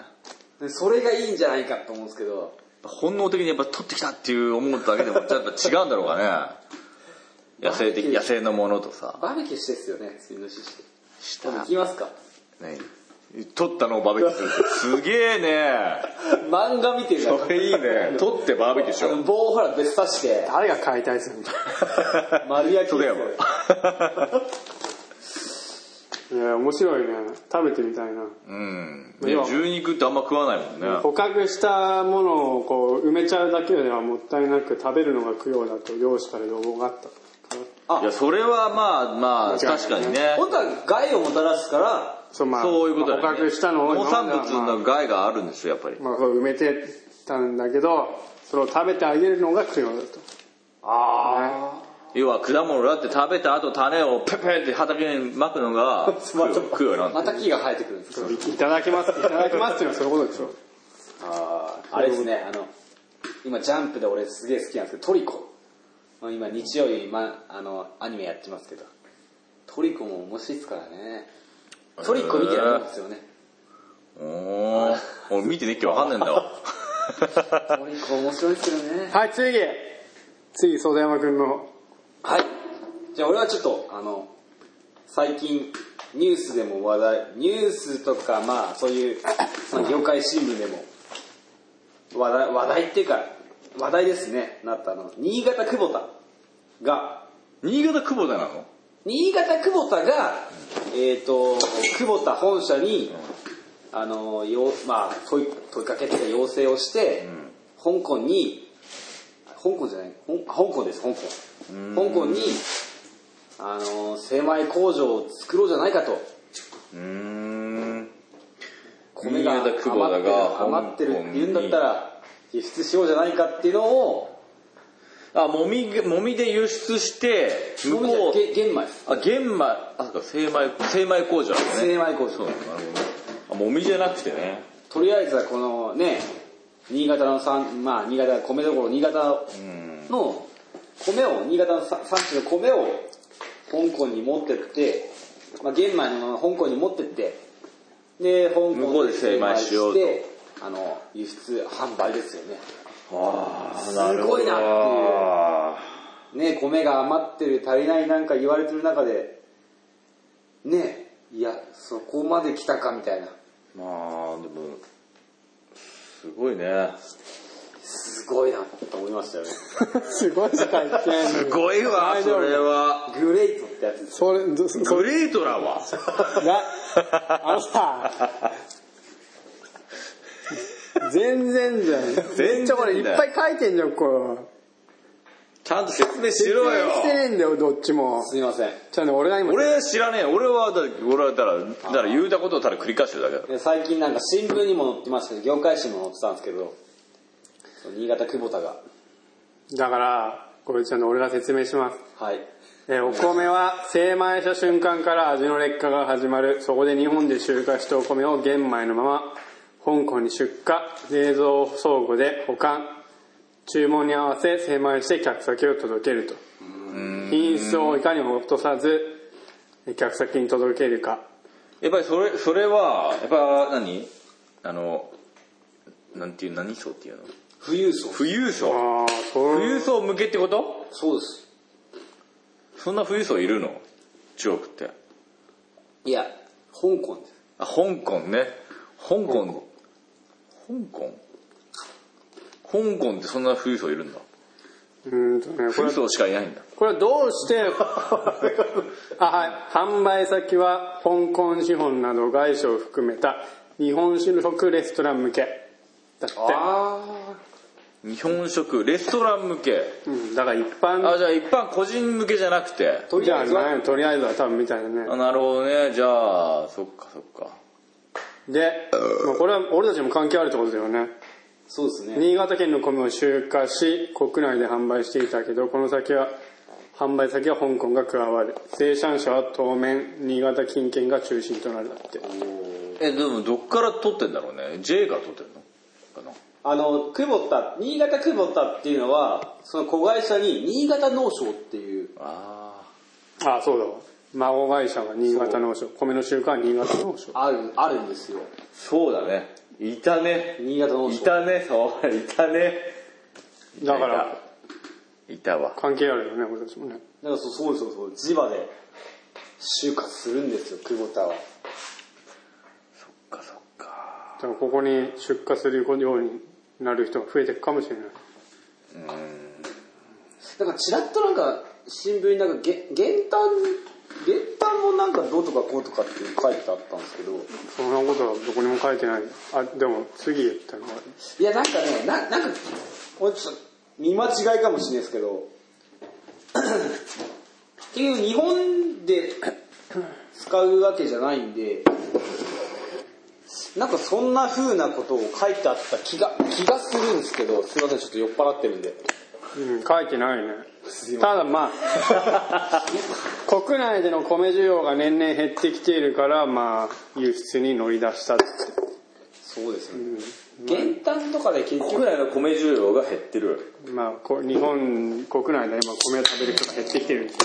S2: ね
S3: でそれがいいんじゃないかと思うんですけど
S2: 本能的にやっぱ取ってきたっていう思うだけでもやっぱ違うんだろうかね野生的野生のものとさ
S3: バーベキューしてですよねイノシシって
S2: した
S3: 多分行きますか
S2: ね取ったのをバーベキューするってすげえね
S3: 漫画見てる
S2: それいいね取ってバーベキューし
S3: あ
S2: よ
S3: の
S2: う
S3: 棒をほら別刺して
S1: あ、誰が解体するんだ
S3: 丸焼き
S2: そ
S3: です
S2: れや
S3: よ
S2: ば
S1: いや、面白いね。食べてみたいな。
S2: うんね牛肉ってあんま食わないもんね
S1: 捕獲したものをこう埋めちゃうだけではもったいなく食べるのが供養だと漁師から要望があったから
S2: いやそれはまあまあ
S1: 間違いない
S2: 確かにね
S3: 本当は害をもたらすから
S1: そう,、まあ、
S2: そういうことだよね
S1: まあ捕獲したのを
S2: 農産
S1: 今まで
S2: 物
S1: は
S2: の害があるんですよやっぱり
S1: まあまあそう埋めてたんだけどそれを食べてあげるのが供養だと
S3: あ
S2: 要は果物だって食べた後種をペッペッって畑に撒くのが
S3: また
S2: 食うよなん
S3: ま
S2: て
S3: た木が生えてくるんです
S1: いいただきますいただきますっていうのはそういうことでしょ
S3: あああれですねあの今ジャンプで俺すげえ好きなんですけどトリコ今日曜日、ま、あのアニメやってますけどトリコも面白いですからねトリコ見てやるんですよね
S2: おー俺見てねっけわかんねえんだわ
S3: トリコ面白いですよね
S1: はい次次袖山くんの
S3: はいじゃあ俺はちょっとあの最近ニュースでも話題ニュースとかまあそういう、まあ、業界新聞でも話題話題っていうか話題ですねなったあの新潟久保田が
S2: 新潟久保田なの
S3: 新潟久保田が、えー、と久保田本社に、あのよまあ、問い問いかけというか要請をして、香港に香港じゃないほんあ香港です香港香港にあの精米工場を作ろうじゃないかと
S2: うーん新潟
S3: 米が余って
S2: 久保田
S3: る
S2: が
S3: 余ってるって言うんだったら輸出しようじゃないかっていうのを
S2: あもみがもみで輸出して向こう
S3: げ玄米
S2: あ玄米あそうか精米精米工場だね
S3: 精米工場
S2: そうなのなるほどねあもみじゃなくてね
S3: とりあえずはこのね新潟の産まあ新潟米どころ新潟
S2: うん
S3: の米を新潟のさ産地の米を香港に持ってって、まあ、玄米のまま香港に持ってってで香港
S2: 向こうで精米しようと
S3: 精米してあの輸出販売ですよね
S2: ああ
S3: なるほどすごいなっていうね米が余ってる足りないなんか言われてる中でねいやそこまで来たかみたいな
S2: まあでもすごいね
S3: すごいなと思いましたよね
S1: すごい世界一
S2: すごいわそれは
S3: グレイトってやつです
S1: それどそれ
S2: グレートだわ
S1: なあのさ全然じゃんめっ
S2: 然だよ
S1: ちゃこれいっぱい書いてんじゃんこ
S2: ちゃんと説明し
S1: れ
S2: ろよ
S1: してねえんだよどっちも
S3: すいません
S1: じゃあね俺が今
S2: 俺知らねえ俺はだ俺はだからだから言うたことをただ繰り返してるだけだ
S3: で最近なんか新聞にも載ってましたけど業界紙にも載ってたんですけどその新潟久保田が
S1: だからこれじゃあね俺が説明します
S3: はい
S1: えーお米は精米した瞬間から味の劣化が始まるそこで日本で集荷したお米を玄米のまま香港に出荷冷蔵倉庫で保管注文に合わせ精米して客先を届けると品質をいかにも落とさず客先に届けるか
S2: やっぱりそれそれはやっぱ何あのなんていう何層っていうの
S3: 富裕層
S2: 富裕
S1: あ
S2: 層
S1: あそう
S2: 富裕層向けってこと
S3: そうです
S2: そんな富裕層いるの中国って
S3: いや香港です
S2: あ香港ね香港香港香港ってそんな富裕層いるんだ
S1: うーんとねこ
S2: 富
S1: れ
S2: 裕層しかいないんだ
S1: これはどうして、 あはい、販売先は香港資本など外資を含めた日本酒の食レストラン向けだって
S3: あ
S2: 日本食レストラン向け
S1: うん、だから一般
S2: あじゃあ一般個人向けじゃなくて
S1: じゃあないとりあえずは多分みたいなね
S2: あなるほどねじゃあそっかそっか
S1: で、まあ、これは俺たちにも関係あるってことだよね
S3: そうですね
S1: 新潟県の米を集荷し国内で販売していたけどこの先は販売先は香港が加わる生産者は当面新潟近県が中心となるだって
S2: えでもどっから取ってんだろうね J から取ってんのかな
S3: あのクボタ新潟クボタっていうのはその子会社に新潟農商っていう
S2: あ
S1: ああそうだわ孫会社は新潟農商米の集荷は新潟農商
S3: あるあるんですよ
S2: ーそうだねいたね
S3: 新潟農
S2: い
S3: 商
S2: たねそういたね
S1: だから
S2: いたわ
S1: 関係あるよね俺たちもね
S3: なんかそうそうですよそう地場で集荷するんですよクボタは
S2: そっかそっか
S1: だからここに出荷するようになる人が増えていくかもしれない
S3: なんかちらっとなんか新聞になんかげ元旦元旦もなんかどうとかこうとかって書いてあったんですけど
S1: そんなことはどこにも書いてないあでも次言ったのはい
S3: やなんかねななんか俺ちょっと見間違いかもしれないですけど結局日本で使うわけじゃないんでなんかそんな風なことを書いてあった気が気がするんですけどすいませんちょっと酔っ払ってるんで
S1: うん、書いてないね
S3: すいま
S1: ただまあ 国内での米需要が年々減ってきているからまあ輸出に乗り出したって
S3: そうですね、元旦とかで結
S2: 国
S3: 局
S2: 内の米需要が減ってる
S1: まあこ日本国内で今米を食べる人が減ってきてるんですよ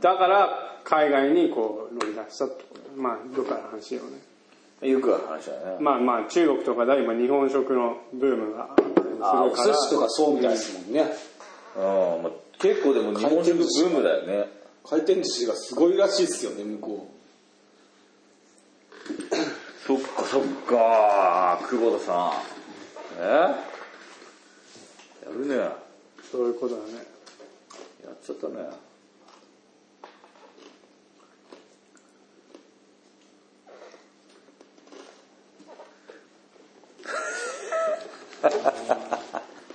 S1: だから海外にこう乗り出したってことまあどっかの話よね
S2: よくある話だね
S1: まあまあ中国とかでは今日本食のブームが
S3: あお
S1: す
S3: 寿
S1: ごい
S3: 司と
S1: か
S3: かそうみたいですもんね、
S2: うんまあ結構でも日本食ブームだよね
S3: 回転寿司がすごいらしいですよね向こ
S2: そっかそっか久保田さんえやるねや
S1: らそういうことだね
S2: っちゃったね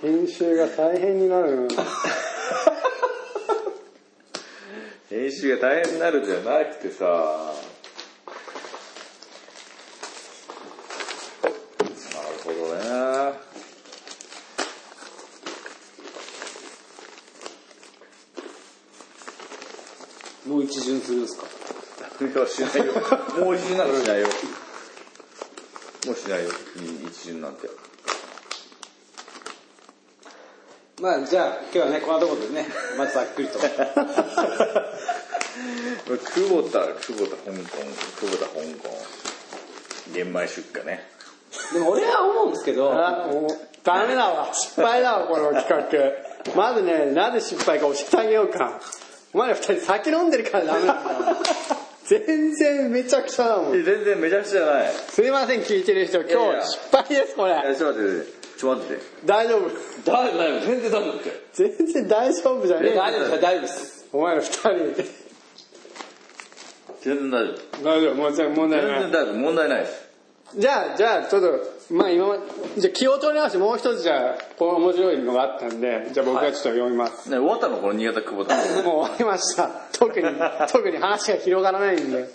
S1: 編集が大変になるな
S2: 練習が大変になるんじゃなくてさなるほどね
S3: うもう一巡するんですか
S2: いやしない よもう一巡なんかしないよもうしないよい一巡なんて
S3: まあじゃあ今日はねこんなところで ねまずざっくりと
S2: 久保田久保田香港久保田香港玄米出荷ね
S3: でも俺は思うんですけど
S1: あもうダメだわ失敗だわこの企画まずねなぜ失敗か教えてあげようかお前ら二人酒飲んでるからダメなんだよ全然めちゃくちゃだもん
S2: え全然めちゃくちゃじゃない
S1: すいません聞いてる人
S2: いやい
S1: 今
S2: や
S1: 日失敗ですこ
S2: い
S1: れ
S2: やちょっと待ってちょっと待って
S1: 大丈夫
S2: だいぶ全然だって
S1: 全然大丈夫じゃねえ
S3: 大丈夫です大丈夫です
S1: お前ら二人
S2: 全然大丈夫
S1: 大丈夫もう全然問題
S2: 全
S1: ない
S2: 然大丈夫問題ないです
S1: じゃあじゃあちょっとまあ今までじゃあ気を取り直してもう一つじゃあこの面白いのがあったんでじゃあ僕がちょっと読みます、
S2: ね終わったのこの新潟久保田
S1: もう終わりました特に特に話が広がらないんで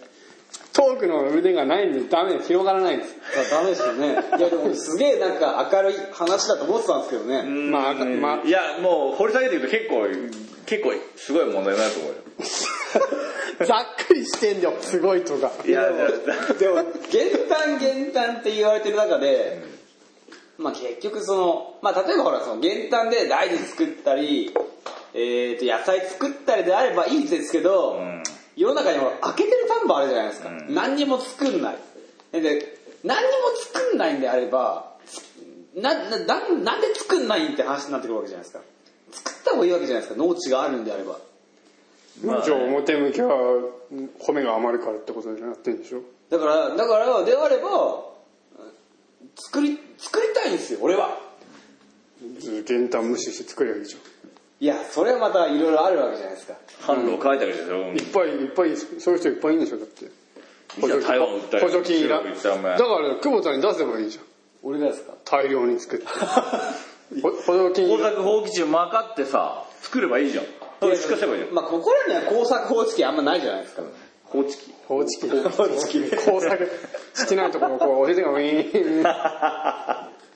S1: トークの腕がないんでダメです広がらないです、
S3: ダメですよね いやでもすげえなんか明るい話だと思ってたんですけどね
S1: まあまあ
S2: いやもう掘り下げていくと結構結構すごい問題になると思うよ
S1: ざっくりしてんだよすごいとか
S2: いやいや
S3: でも元旦元旦って言われてる中で、まあ結局そのまあ例えばほらその元旦で大豆作ったりえーと野菜作ったりであればいいんですけど、
S2: ん
S3: 世の中にも開けてる田んぼあるじゃないですか、
S2: うん
S3: 何にも作んないで何にも作んないんであればなななんなんで作んないんって話になってくるわけじゃないですか作った方がいいわけじゃないですか農地があるんであれば
S2: まあね
S1: じゃあ表向きは米が余るからってことになってるんでしょ
S3: だからだからであれば作り作りたいんですよ俺は
S1: 元旦無視して作りゃいいじゃ
S3: いやそれはまたいろいろあるわけじゃないですか
S2: 販路を変えたわけでしょ
S1: んいっぱいいっぱいそういう人いっぱいいるんでしょだって
S2: じゃあ台湾売ったり
S1: 補助金いらだ
S2: 中国行っ
S1: か
S2: たらお前
S1: ら久保田に出せばいいじゃん
S3: 俺がですか
S1: 大量に作ってほ補助金
S2: 工作放棄地をまかってさ作ればいいじゃんそれ出荷すればいいじゃん
S3: まあここらには工作放置機あんまないじゃないですか
S2: 放置機
S1: 放置機放置機工作好きなところこうお手手がウィーン
S3: い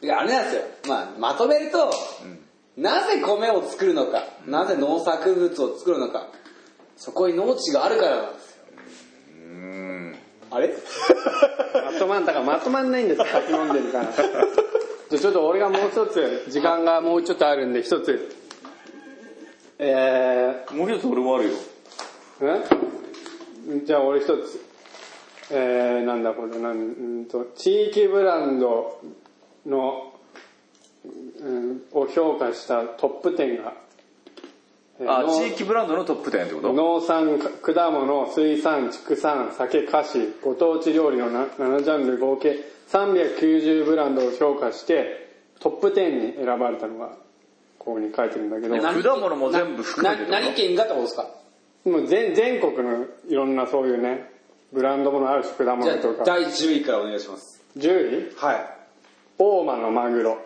S3: やあれなんですよ、まあ、まとめると、なぜ米を作るのか、なぜ農作物を作るのかそこに農地があるからなんですよ あれ
S1: まとまんだからまとまんないんですよ酒飲んでるからじゃあちょっと俺がもう一つ時間がもうちょっとあるんで一つえ
S2: もう一つ俺もあるよ
S1: ー、んじゃあ俺一つえー、なんだこれなんんと地域ブランドの、うん、を評価したトップ10が、えー
S2: あ
S1: 農
S2: 地域ブランドのトップ10ってこと
S1: 農産果物水産畜産酒菓子ご当地料理のな7ジャンル合計390ブランドを評価してトップ10に選ばれたのがここに書いてるんだけど
S2: な果物も全部含めてってこ
S3: な
S2: と
S3: 何県がってことですか
S1: もう全全国のいろんなそういうねブランドものあるし果
S3: じゃ
S1: 物と
S3: あ
S1: か
S3: 第10位からお願いします
S1: 10位
S3: はい
S1: 大間のマグロ、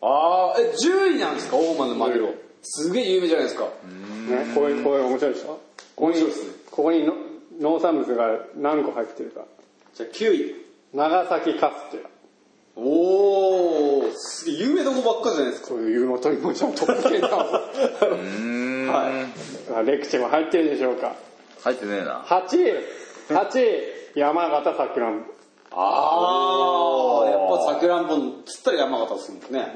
S3: ああえ10位なんですか大間のマグ
S1: う
S3: ロ
S1: ん
S3: すげえ有名じゃないですか
S1: ね、こういうこういう面白いでしょここ
S3: 面
S1: に
S3: 白いですね
S1: ここにの農産物が何個入ってるか
S3: じゃあ9位
S1: 長崎カステラ
S3: おおすげえ有名どこばっかじゃないですか
S1: こういうのとりもちゃんトップ10だ もん
S3: はい
S1: さあレクチェも入ってるでしょうか
S2: 入ってねえな
S1: 8位8位山形さくらんぼ
S3: あ
S2: お
S3: あ
S2: ー
S3: やっぱさくらんぼつったら山形ですもんね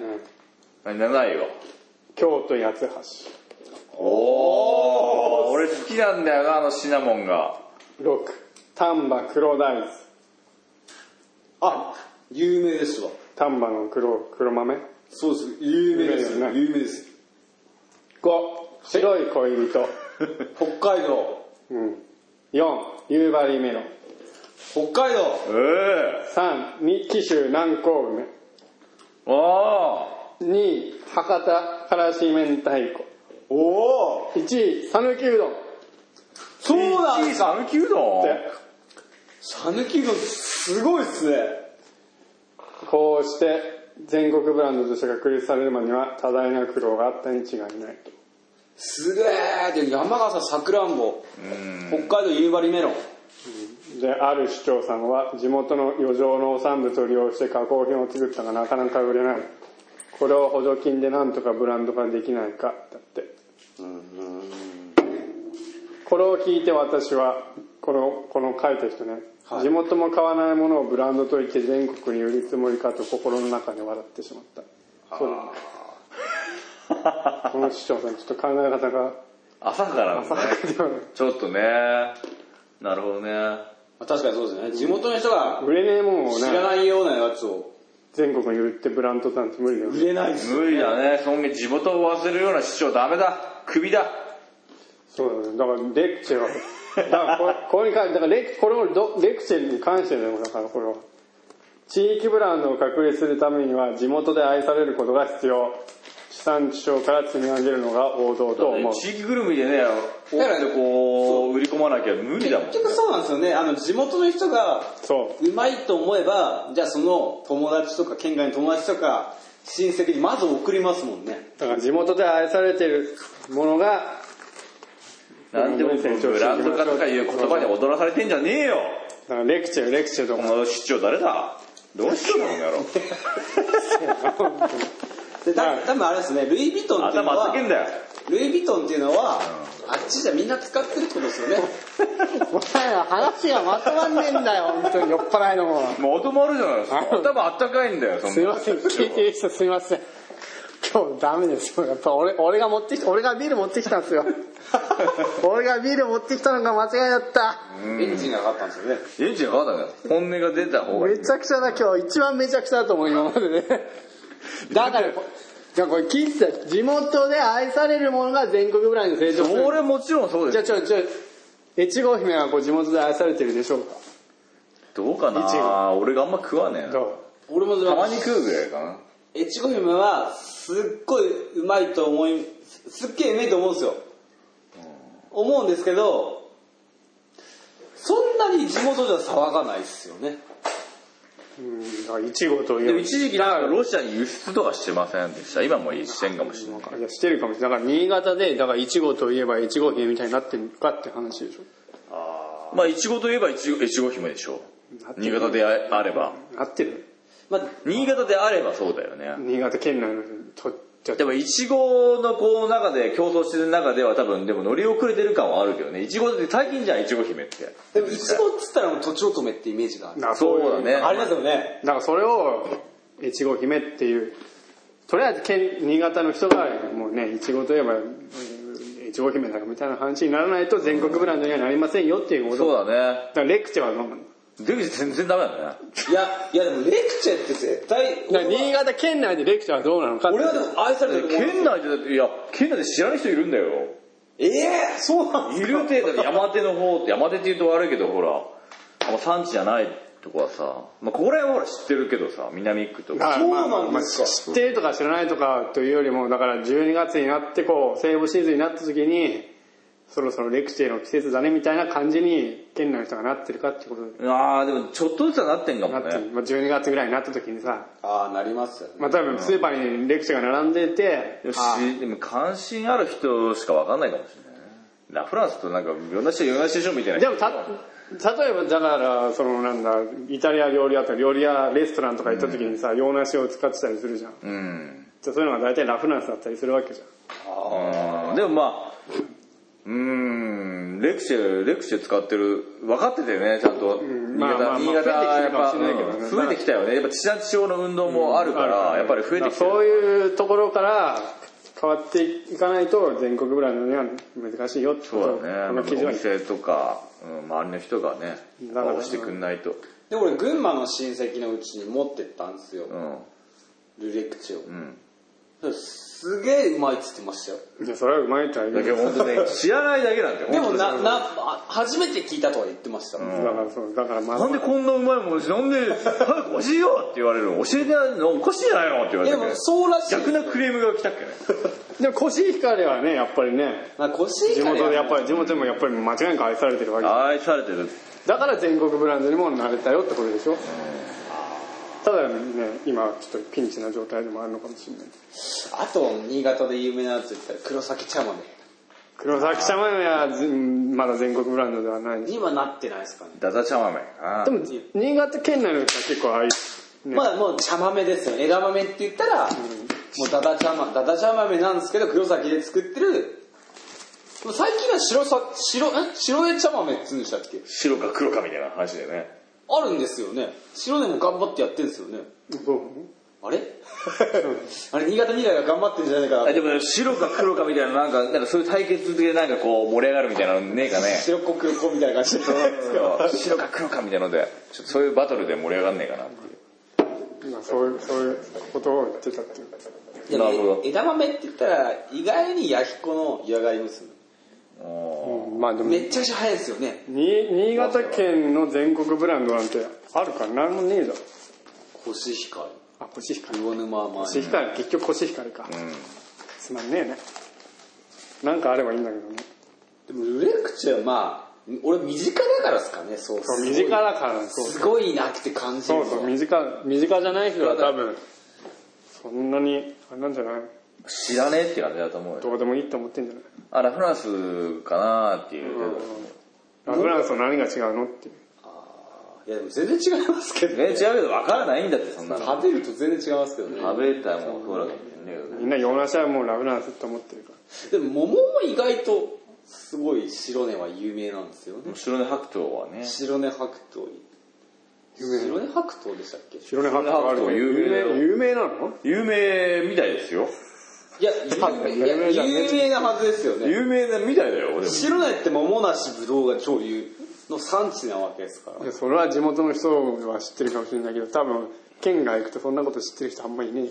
S2: 7位は
S1: 京都八
S2: おお俺好きなんだよなあのシナモンが
S1: 橋6丹波黒大豆
S3: あ有名ですわ
S1: 丹波の黒黒豆5
S3: そうです有名
S1: 有
S3: です
S1: 名ですね
S3: 有名です
S1: 白い恋人、
S3: 北海道
S1: うん、4夕張メロン
S3: 北海道
S2: ええ
S1: 3に紀州南高梅
S2: あ
S1: 2位博多からし明太子
S3: おお
S1: 1位讃岐うどん
S3: そう
S2: あ1
S3: なんで
S2: 位
S3: すか
S2: サヌキうどん
S1: で
S3: 讃岐うどんすごいっすね
S1: こうして全国ブランドとして確立されるまでには多大な苦労があったに違いないと
S3: すげえで山形さくらんぼ北海道夕張メロン
S1: である市長さんは地元の余剰農産物を利用して加工品を作ったがなかなか売れないこれを補助金でなんとかブランド化できないかだってこれを聞いて私はこのこの書いた人ね、
S3: はい
S1: 地元も買わないものをブランドと言って全国に売るつもりかと心の中で笑ってしまったそうだねこの市長さんちょっと考え方が
S2: 朝から
S1: 浅
S2: ね
S1: はかではない
S2: ちょっとねなるほどね
S3: まあ確かにそうですね地元の人が
S1: 売れねえもんを
S3: 知
S1: ね
S3: らないようなやつを
S1: 全国に売ってブランドなんて無理だよね
S3: 売れないです
S2: 無理だねそんげ地元を忘れるような市長ダメだクビだ
S1: そうだね。だからレクチェは、 だからこれこれに関だからレクこれをどレクチェに関してでもだからこれは。地域ブランドを確立するためには地元で愛されることが必要。地産地消から積み上げるのが王道と思う。
S2: 地域ぐるみでね
S3: だから
S2: 大手こう売り込まなきゃ無理だもん
S3: 結局そうなんですよねあの地元の人が
S1: そう
S3: まいと思えばじゃあその友達とか県外の友達とか親戚にまず送りますもんね
S1: う。だから地元で愛されてるものが、
S2: なんでもブランド化とかいう言葉に踊らされてんじゃねえよ
S1: だからレクチェ、レクチェと
S2: こ
S1: か。
S2: の市長誰だどうしようもんやろ
S1: は
S3: でた
S1: い
S3: 多分あれですねルイ・ヴィト ンっていうの
S2: 頭
S3: は
S2: つけんだよ
S3: ルイ・ヴィトンっていうのはあっちじゃみんな使ってるってことですよね
S1: お前ら話がまとまんねえんだよ、本当に酔っ払いのもう。
S2: もう頭あるじゃないですか頭あったかいんだよそんな
S1: すいません、聞いてる人すいません。今日ダメですよ。やっぱ俺、俺が持ってきた、俺がビール持ってきたんですよ。俺がビール持ってきたのが間違いだった。
S3: エンジンが上がったんですよね
S2: エンジンが分かんない本音が出た方がいい
S1: めちゃくちゃだ、今日一番めちゃくちゃだと思う、今までね。だから、こじゃあこれ聞いてた。地元で愛されるものが全国ぐらいに成長する。
S2: 俺もちろんそう
S1: じゃ
S2: で
S1: あ
S2: す
S1: ちょ、ちょ、越後姫はこう地元で愛されてるでしょうか
S2: どうか
S1: いち
S2: な俺があんま食わねえな
S1: ど
S3: 俺も
S2: たまに食うぐらいかな
S3: 越後姫はすっごいうまいと思いすっげえうめえと思うんですよ、思うんですけどそんなに地元じゃ騒がないですよね
S1: うんあいちごとい
S2: でも
S1: う
S2: 一時期なんかロシアに輸出とかしてませんでした今もうしてんかもしれない
S1: いやしてるかもしれないだから新潟でだからいちごといえばいちご姫みたいになってるかって話でしょ
S2: まあいちごといえばいちごいちご姫でしょう新潟でああれば
S1: なってる
S3: まあ、
S2: 新潟であればそうだよね
S1: 新潟県内のとじゃ
S2: でもいちごのこう中で競争してる中では多分でも乗り遅れてる感はあるけどねいちごって最近じゃんいちご姫って
S3: でもいちごっつったらもうとちおとめってイメージがある
S1: な
S2: そうだね
S3: ありますよね
S1: だからそれをいちご姫っていうとりあえず県新潟の人がもうねいちごといえばうんいちご姫だからみたいな話にならないと全国ブランドにはなりませんよっていうこと
S2: そうだね
S1: だからレクチャーは
S2: 出口全然ダメだね
S3: いやいやでもレクチャーって絶対
S1: だから新潟県内でレクチャーはどうなのかって
S3: 俺はでも愛されてると思う
S2: 県内でだっていや県内で知らない人いるんだよ
S3: ええそうなん
S2: いる程度山手の方って山手って言うと悪いけどほらあんま産地じゃないとこはさ、まあ、ここら辺はほら知ってるけどさ南区とか
S1: あ
S3: そうなんですか
S1: 知ってるとか知らないとかというよりもだから12月になってこうセーブシーズンになった時にそろそろレクチェの季節だねみたいな感じに県内の人がなってるかってことに
S2: ああでもちょっとずつはなってんかも
S1: なってる、
S2: ね
S1: まあ、12月ぐらいになった時にさ
S3: ああなりますよね
S1: まあ多分スーパーにレクチェが並んでて
S2: でもし
S1: あ
S2: でも関心ある人しか分かんないかもしれないねラ・フランスとなんかいろんな人いろんな人でしょみたいな
S1: でもた例えばだからそのなんだイタリア料理屋とか料理屋レストランとか行った時にさ、洋梨を使ってたりするじゃん
S2: うん
S1: じゃあそういうのが大体ラフランスだったりするわけじゃん
S2: うんでもまあうーんレクチェレクチェ使ってる分かってたよねちゃんと
S1: ん
S2: 新
S1: まあまあ
S2: 潟新
S1: まあ
S2: 潟はやっぱ
S1: 増えてきてるかもしれないけどね
S2: うん増えてきたよねやっぱ地産地消の運動もあるからやっぱり増えてきてる
S1: そういうところから変わっていかないと全国ブランドには難しいよってこと
S2: そうだ
S1: こ
S2: ね
S1: の記事
S2: お
S1: は
S2: 店とか、うん、周りの人がね
S1: だから
S2: 押してくんないと、
S3: で俺群馬の親戚のうちに持ってったんですよ、
S2: うん
S3: ルレクチェを、
S2: うん、
S3: すげえうまいっつってましたよ
S1: いやそれはうまいとは言
S2: だ
S1: う
S2: けど本当ね知らないだけなんだよ
S3: でも
S2: 本当に
S3: ななあ初めて聞いたとは言ってました、
S1: だからそうだから ま
S2: なんでこんなうまいものなんで早く教えようって言われるの教えてないのおかしいんじゃないのって言われ
S3: で
S2: て
S3: もそうらしい
S2: 逆なクレームが来たっけね
S1: でもコシヒカリはねやっぱりね
S3: まあ腰
S1: 地
S3: から
S1: 元でやっぱり地元でもやっぱり間違いなく愛されてるわけ
S2: 愛されてる
S1: だから全国ブランドにもなれたよってことでしょただね今ちょっとピンチな状態でもあるのかもしれない
S3: あと新潟で有名なやつ言ったら黒崎茶豆
S1: 黒崎茶豆はずまだ全国ブランドではないで
S3: 今なってないですかね
S2: ダダ茶豆あ
S1: も新潟県内の人は結構愛ね
S3: まあもう茶豆ですよ枝豆って言ったら、もうダダ茶豆ダダ茶豆なんですけど黒崎で作ってるもう最近は白さ白え白江茶豆っつうんでしたっけ
S2: 白か黒かみたいな話でね
S3: あるんですよね白でも頑張ってやってるんですよね
S1: そう
S3: あ れあれ新潟未来が頑張ってるんじゃないかな
S2: でも白か黒かみたいななんかなんかそういう対決でなんかこう盛り上がるみたいなのねえかね
S3: 白っこ黒っこみたいな感じで
S2: 白か黒かみたいなのでちょっとそういうバトルで盛り上がんねえかなっていう
S1: 今そういうそういうことを言ってたっていう
S3: でも
S2: なるほど
S3: 枝豆って言ったら意外に弥彦の湯上がり娘
S1: まあでも
S3: めっちゃくちゃ早いですよね
S1: に新潟県の全国ブランドなんてあるから何もねえだろ
S3: コシヒカ
S1: あコシヒカ
S3: リ
S1: リ
S3: 魚沼
S1: コシ
S3: 前
S1: ヒカリ結局コシヒカリか、つまんねえねなんかあればいいんだけどね
S3: でもルレクチェはまあ俺身近だからですかねそう
S1: そう
S3: すごい
S1: 身近だからそう
S3: すごいなって感じる
S1: そ
S3: の
S1: うそう身近身近じゃない人は多分そんなにあれなんじゃない
S2: 知らねえって感じだと思うよ
S1: どうでもいいって思ってんじゃない
S2: あラ・フランスかなっていう程度
S1: ラフランスと何が違うのっていう
S3: いやでも全然違いますけど
S2: ね違うけど分からないんだってそんなの
S3: 食べると全然違いますけどね
S2: 食べたいもんそうだかもしんねえけど
S1: みんな洋梨はもうラフランスって思ってるから
S3: でも桃も意外とすごい白根は有名なんですよね
S2: 白根白桃はね
S3: 白根白桃白根白桃でしたっけ
S1: 白根白桃あるけど
S2: 白根白桃有名だよ
S1: 有名有名なの
S2: 有名みたいですよ
S3: いや有名いや
S1: 有名じゃね
S3: 有名なはずですよね
S2: 有名なみたいだよでも
S3: 白根って桃梨ぶどうが超有の産地なわけですから
S1: いやそれは地元の人は知ってるかもしれないけど多分県外行くとそんなこと知ってる人あんまりいねえよ、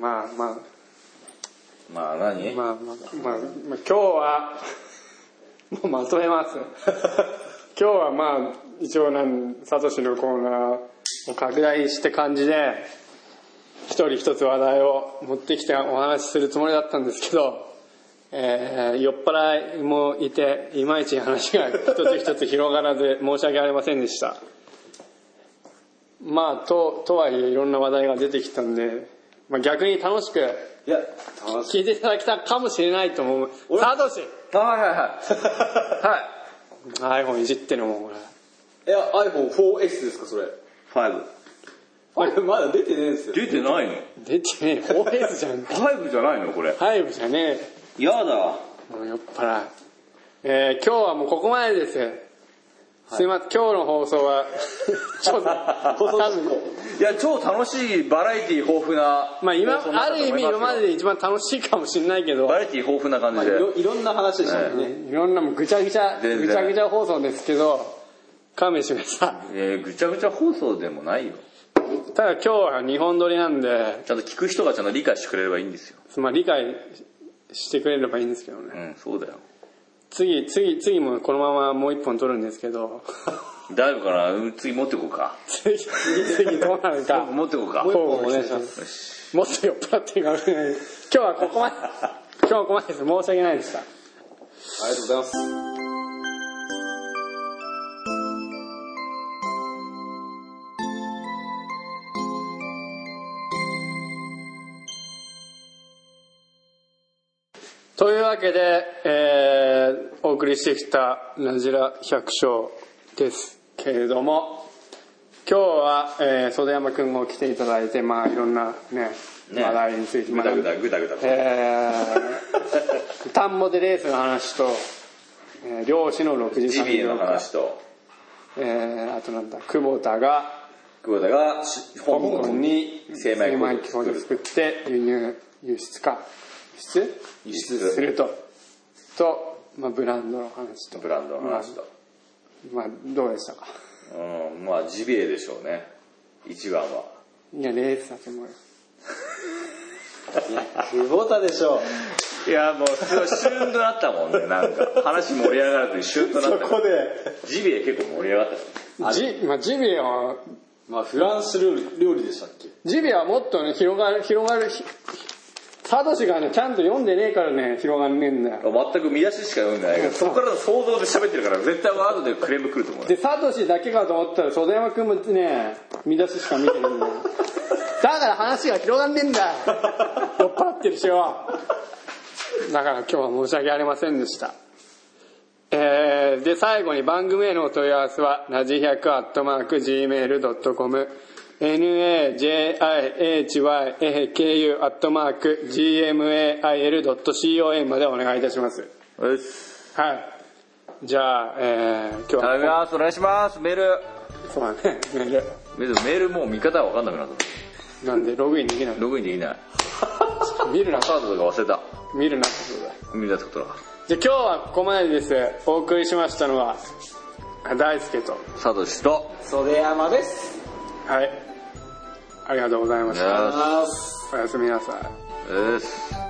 S1: まあまあ
S2: まあ何
S1: まあまあまあ、まあ、今日は もうまとめます 今日はまあ一応なんサトシのコーナーを拡大して感じで一人一つ話題を持ってきてお話しするつもりだったんですけどえー酔っ払いもいていまいち話が一つ一つ広がらず 申し訳ありませんでしたまあととはいえいろんな話題が出てきたんで、まあ、逆に楽しく
S3: いや、楽しい。
S1: 聞いていただけたかもしれないと思うサトシ
S2: あはいはい はい。はい。
S1: iPhone いじってるもんこれ
S3: いや、iPhone4S ですか、それ。
S2: ファイブ。
S3: あれ、まだ出てねえんですよ。
S2: 出てないの
S1: 出てねえ 4S じゃん
S2: ファイブじゃないのこれ。
S1: 5じゃね
S2: やだ。
S1: えもう酔っ払いえー今日はもうここまでです、すいません今日の放送 はちょっと多分
S2: いや、超楽しいバラエティ豊富な。
S1: まあ今、
S2: 放送になっ
S1: あ
S2: たと
S1: る
S2: 思い
S1: 意味
S2: すよ
S1: 今までで一番楽しいかもしれないけど、
S2: バラエティ豊富な感
S3: まあ、
S2: じ
S3: い
S2: で。
S3: ろいろんな話でしたもんね。
S1: ねいろんなもうぐちゃぐちゃ、
S2: 全然
S1: ぐちゃぐちゃ放送ですけど、勘弁してくださ
S2: えー、ぐちゃぐちゃ放送でもないよ。
S1: い。ただ今日は日本撮りなんで、
S2: ちゃんと聞く人がちゃんと理解してくれればいいんですよ。
S1: まあ理解してくれればいいんですけどね
S2: う。ん、そうだよ。
S1: 次、次、次もこのままもう一本撮るんですけ ど、
S2: 大丈夫かなうん次持ってこうか。
S1: 次、次、次どうなるか、
S2: 持ってこうか。
S1: 交互お願いします。もっと酔っ払ってるかもしれない。今日はここまで、今日はここまでです。申し訳ないでした。
S3: ありがとうございます。
S1: というわけで、えーお送りしてきた「ラジラ百姓」ですけれども今日は、えー袖山君も来ていただいて、まあ、いろんな、ね
S2: ね
S1: 話題について
S2: ぐ
S1: 学
S2: だ
S1: ん
S2: ぐ
S1: で
S2: だ、ぐだぐだ。
S1: えー田んぼでレースの話と、えー漁師の
S2: ジビエ
S1: 63
S2: の
S1: 秒間、
S2: 話と、
S1: えーあとなんだ久保田が
S2: 久保田がし
S1: 香
S2: 香港
S1: 港
S2: に
S1: に
S2: 精米工
S1: 工場
S2: 場を
S1: を
S2: 作
S1: 作って輸入輸出か輸出
S2: 輸
S1: す
S2: 出
S1: るとと、まあ、ブランドの話と
S2: ブランドの話と。
S1: まあ、まあどうでしたか
S2: うん、まあジビエでしょうね。一番は。
S1: いやレースだと思うよ
S3: 久保田でしょう。
S2: いや、もう、シュンとなったもんね、なんか。話盛り上がらずにシュンとなった。
S3: で。
S2: ジビエ結構盛り上がったよ。
S1: ジ,、まあ、ジビエは
S3: まあ、フランス料理料理でしたっけ
S1: ジビエはもっとね広がる広がるひサトシがねちゃんと読んでねえからね広がんねえんだよ
S2: 全く見出ししか読んでないけど、そこからの想像で喋ってるから、絶対後でクレーム来ると思うよ。
S1: でサトシだけかと思ったら袖山君もね見出ししか見てるんだよだから話が広がんねえんだよ酔っ払ってるしよだから今日は申し訳ありませんでしたえーで、最後に番組へのお問い合わせは、なじ100アットマーク gmail.com、najihyaku アットマーク gmail.com までお願いいたします。
S2: よし。
S1: はい。じゃあ、えー、今日
S2: 頼み
S1: は、
S2: ます、お願いします。メール。
S1: そうだね、メール。
S2: メールもう見方が分かんなくなった。
S1: なんで、ログインできない。
S2: ログインできない。
S1: 見るな、
S2: カードとか忘れた。
S1: 見るなってことだ。
S2: 見出すことだ。
S1: じゃあ今日はここまでです。お送りしましたのは、大輔と、
S2: サトシと、
S3: 袖山です。
S1: はい。ありがとうございました。
S2: よ
S3: ます。
S1: おやすみなさい。
S2: し。よし。